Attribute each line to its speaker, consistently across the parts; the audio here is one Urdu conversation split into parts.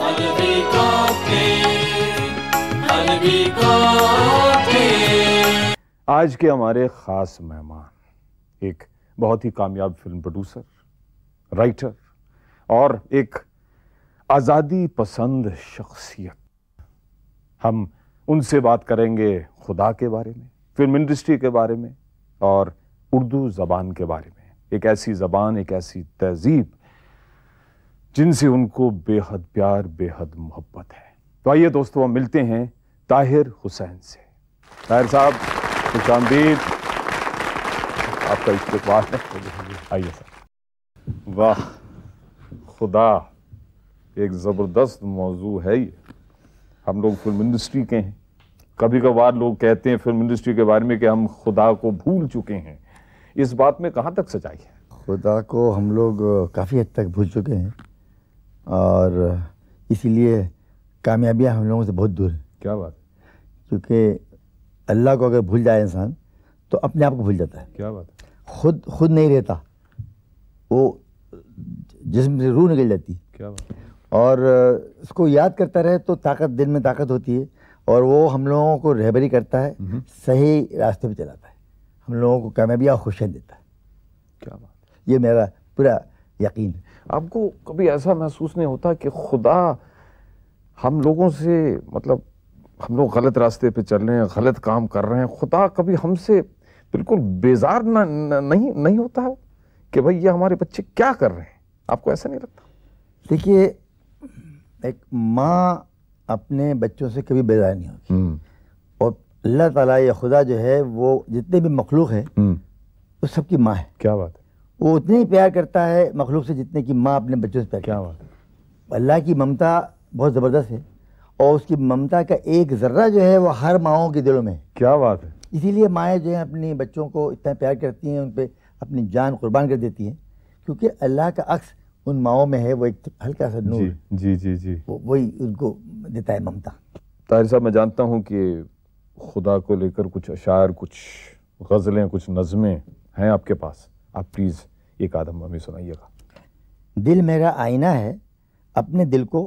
Speaker 1: Halvi Cocktail, Halvi Cocktail.
Speaker 2: آج کے ہمارے خاص مہمان ایک بہت ہی کامیاب فلم پروڈیوسر رائٹر اور ایک آزادی پسند شخصیت ہم ان سے بات کریں گے خدا کے بارے میں فلم انڈسٹری کے بارے میں اور اردو زبان کے بارے میں ایک ایسی زبان ایک ایسی تہذیب جن سے ان کو بے حد پیار بے حد محبت ہے تو آئیے دوستو ہم ملتے ہیں طاہر حسین سے طاہر صاحب خوش آمدید آپ کا استقبال ہے آئیے سر واہ خدا ایک زبردست موضوع ہے یہ ہم لوگ فلم انڈسٹری کے ہیں کبھی کبھار لوگ کہتے ہیں فلم انڈسٹری کے بارے میں کہ ہم خدا کو بھول چکے ہیں اس بات میں کہاں تک سچائی ہے
Speaker 3: خدا کو ہم لوگ آ، کافی حد تک بھول چکے ہیں اور آ، اسی لیے کامیابیاں ہم لوگوں سے بہت دور ہیں
Speaker 2: کیا بات ہے
Speaker 3: کیونکہ اللہ کو اگر بھول جائے انسان تو اپنے آپ کو بھول جاتا ہے
Speaker 2: کیا بات ہے
Speaker 3: خود خود نہیں رہتا وہ جسم سے روح نکل جاتی
Speaker 2: کیا بات ہے
Speaker 3: اور آ، اس کو یاد کرتا رہے تو طاقت دن میں طاقت ہوتی ہے اور وہ ہم لوگوں کو رہبری کرتا ہے صحیح راستے پہ چلاتا ہے ہم لوگوں کو کامیابی اور خوشیاں دیتا ہے
Speaker 2: کیا بات ہے
Speaker 3: یہ میرا پورا یقین ہے
Speaker 2: آپ کو کبھی ایسا محسوس نہیں ہوتا کہ خدا ہم لوگوں سے مطلب ہم لوگ غلط راستے پہ چل رہے ہیں غلط کام کر رہے ہیں خدا کبھی ہم سے بالکل بیزار نہ نہ- نہیں نہیں ہوتا کہ بھائی یہ ہمارے بچے کیا کر رہے ہیں آپ کو ایسا نہیں لگتا
Speaker 3: دیکھیے ایک ماں اپنے بچوں سے کبھی بیزار نہیں ہوگی اور اللہ تعالیٰ یا خدا جو ہے وہ جتنے بھی مخلوق ہیں وہ سب کی ماں ہے
Speaker 2: کیا بات ہے
Speaker 3: وہ اتنے ہی پیار کرتا ہے مخلوق سے جتنے کی ماں اپنے بچوں سے پیار کرتی
Speaker 2: کیا بات ہے
Speaker 3: ہے اللہ کی ممتا بہت زبردست ہے اور اس کی ممتا کا ایک ذرہ جو ہے وہ ہر ماؤں کے دلوں میں ہے
Speaker 2: کیا بات ہے
Speaker 3: اسی لیے مائیں جو ہیں اپنے بچوں کو اتنا پیار کرتی ہیں ان پہ اپنی جان قربان کر دیتی ہیں کیونکہ اللہ کا عکس ان ماؤں میں ہے وہ ایک ہلکا سا نور
Speaker 2: جی جی جی جی
Speaker 3: وہ- وہی ان کو دیتا ہے ممتا
Speaker 2: طاہر صاحب میں جانتا ہوں کہ خدا کو لے کر کچھ اشعار کچھ غزلیں کچھ نظمیں ہیں آپ کے پاس آپ پلیز ایک آدم ہمیں سنائیے گا
Speaker 3: دل میرا آئینہ ہے اپنے دل کو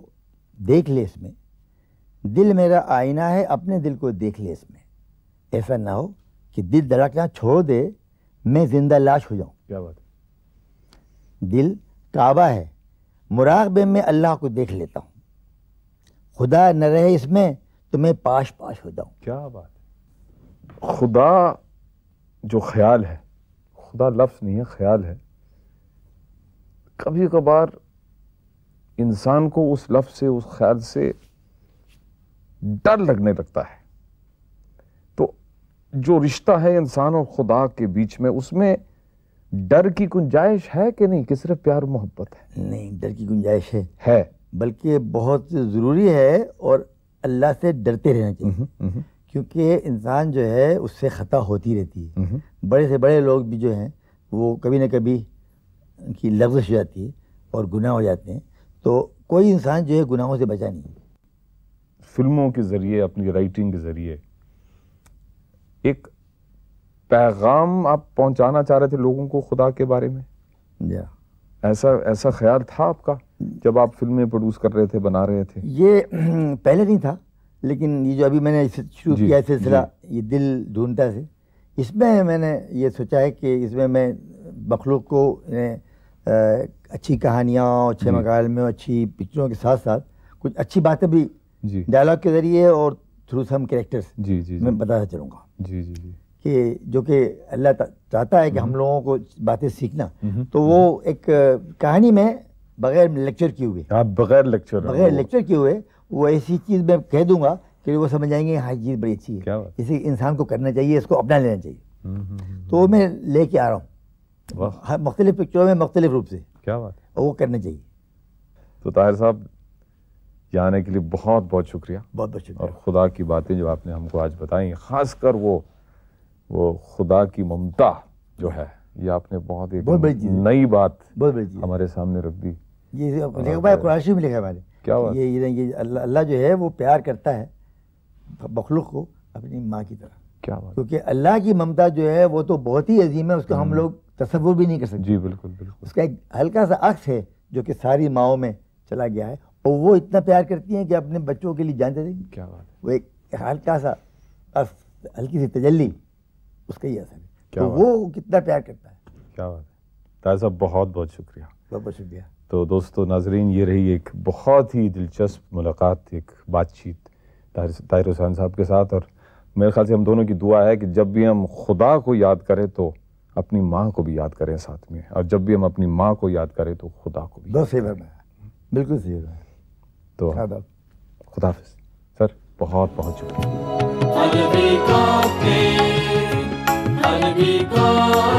Speaker 3: دیکھ لے اس میں دل میرا آئینہ ہے اپنے دل کو دیکھ لے اس میں ایسا نہ ہو کہ دل دھڑکنا چھوڑ دے میں زندہ لاش ہو جاؤں
Speaker 2: کیا بات ہے
Speaker 3: دل کعبہ ہے مراقبے میں اللہ کو دیکھ لیتا ہوں خدا نہ رہے اس میں تو میں پاش پاش ہو جاؤں
Speaker 2: کیا بات ہے خدا جو خیال ہے خدا لفظ نہیں ہے خیال ہے کبھی کبھار انسان کو اس لفظ سے اس خیال سے ڈر لگنے لگتا ہے تو جو رشتہ ہے انسان اور خدا کے بیچ میں اس میں ڈر کی گنجائش ہے کہ نہیں کہ صرف پیار و محبت ہے
Speaker 3: نہیں ڈر کی گنجائش ہے
Speaker 2: ہے
Speaker 3: بلکہ بہت ضروری ہے اور اللہ سے ڈرتے رہنا چاہیے کیونکہ انسان جو ہے اس سے خطا ہوتی رہتی ہے بڑے سے بڑے لوگ بھی جو ہیں وہ کبھی نہ کبھی ان کی لغزش ہو جاتی ہے اور گناہ ہو جاتے ہیں تو کوئی انسان جو ہے گناہوں سے بچا نہیں
Speaker 2: فلموں کے ذریعے اپنی رائٹنگ کے ذریعے ایک پیغام آپ پہنچانا چاہ رہے تھے لوگوں کو خدا کے بارے میں
Speaker 3: جی ہاں۔
Speaker 2: ایسا ایسا خیال تھا آپ کا جب آپ فلمیں پروڈیوس کر رہے تھے بنا رہے تھے
Speaker 3: یہ پہلے نہیں تھا لیکن یہ جو ابھی میں نے اسے شروع
Speaker 2: جی،
Speaker 3: کیا ہے سلسلہ یہ دل ڈھونڈتا سے اس میں میں نے یہ سوچا ہے کہ اس میں میں مخلوق کو اے، اے، اچھی کہانیاں اچھے
Speaker 2: جی۔
Speaker 3: مکالموں اچھی پکچروں کے ساتھ ساتھ کچھ اچھی باتیں بھی
Speaker 2: جی
Speaker 3: ڈائلاگ کے ذریعے اور تھرو سم کریکٹرس
Speaker 2: جی جی
Speaker 3: میں بتاتا چلوں گا
Speaker 2: جی جی جی
Speaker 3: کہ جو کہ اللہ تا- چاہتا ہے کہ ہم لوگوں کو باتیں سیکھنا تو وہ ایک اے، کہانی میں بغیر لیکچر کیے ہوئے
Speaker 2: آپ بغیر لیکچر
Speaker 3: بغیر لیکچر کیے ہوئے وہ ایسی چیز میں کہہ دوں گا کہ وہ سمجھ جائیں گے ہاں یہ چیز بڑی اچھی ہے
Speaker 2: کیا بات
Speaker 3: اسے انسان کو کرنا چاہیے اس کو اپنا لینا چاہیے تو وہ میں لے کے آ رہا ہوں
Speaker 2: واہ
Speaker 3: ہر مختلف پکچروں میں مختلف روپ سے
Speaker 2: کیا بات ہے
Speaker 3: اور وہ کرنا چاہیے
Speaker 2: تو طاہر صاحب یہاں آنے کے لیے بہت بہت شکریہ
Speaker 3: بہت بہت
Speaker 2: اور
Speaker 3: شکریہ
Speaker 2: خدا کی باتیں جو آپ نے ہم کو آج بتائیں خاص کر وہ وہ خدا کی ممتا جو ہے یہ آپ نے بہت ایک
Speaker 3: بہت بڑی چیز ہے۔
Speaker 2: نئی بات
Speaker 3: بہت بڑی چیز ہے۔
Speaker 2: ہمارے سامنے رکھ دی
Speaker 3: یہ جو لکھا ہوا ہے قرآن شریف میں لکھا ہے ہمارے
Speaker 2: کیا بات
Speaker 3: یہ یہ- یہ اللہ اللہ جو ہے وہ پیار کرتا ہے مخلوق کو اپنی ماں کی طرح
Speaker 2: کیا بات
Speaker 3: کیونکہ اللہ کی ممتا جو ہے وہ تو بہت ہی عظیم ہے اس کا ہم لوگ تصور بھی نہیں کر سکتے
Speaker 2: جی بالکل بالکل
Speaker 3: اس کا ایک ہلکا سا عکس ہے جو کہ ساری ماؤں میں چلا گیا ہے اور وہ اتنا پیار کرتی ہیں کہ اپنے بچوں کے لیے جانتے تھے
Speaker 2: کیا بات ہے
Speaker 3: وہ ایک ہلکا سا اف- ہلکی سی تجلی اس کا ہی اثر ہے
Speaker 2: کیا
Speaker 3: تو وہ کتنا پیار کرتا ہے
Speaker 2: کیا بات ہے طاہر صاحب بہت بہت شکریہ
Speaker 3: بہت بہت شکریہ
Speaker 2: تو دوستو ناظرین یہ رہی ایک بہت ہی دلچسپ ملاقات ایک بات چیت طاہر- طاہر حسین صاحب کے ساتھ اور میرے خیال سے ہم دونوں کی دعا ہے کہ جب بھی ہم خدا کو یاد کریں تو اپنی ماں کو بھی یاد کریں ساتھ میں اور جب بھی ہم اپنی ماں کو یاد کریں تو خدا کو بھی
Speaker 3: بہت صحیح فرمایا بالکل صحیح فرمایا
Speaker 2: تو
Speaker 3: آداب
Speaker 2: خدا حافظ سر بہت بہت شکریہ
Speaker 1: البی کو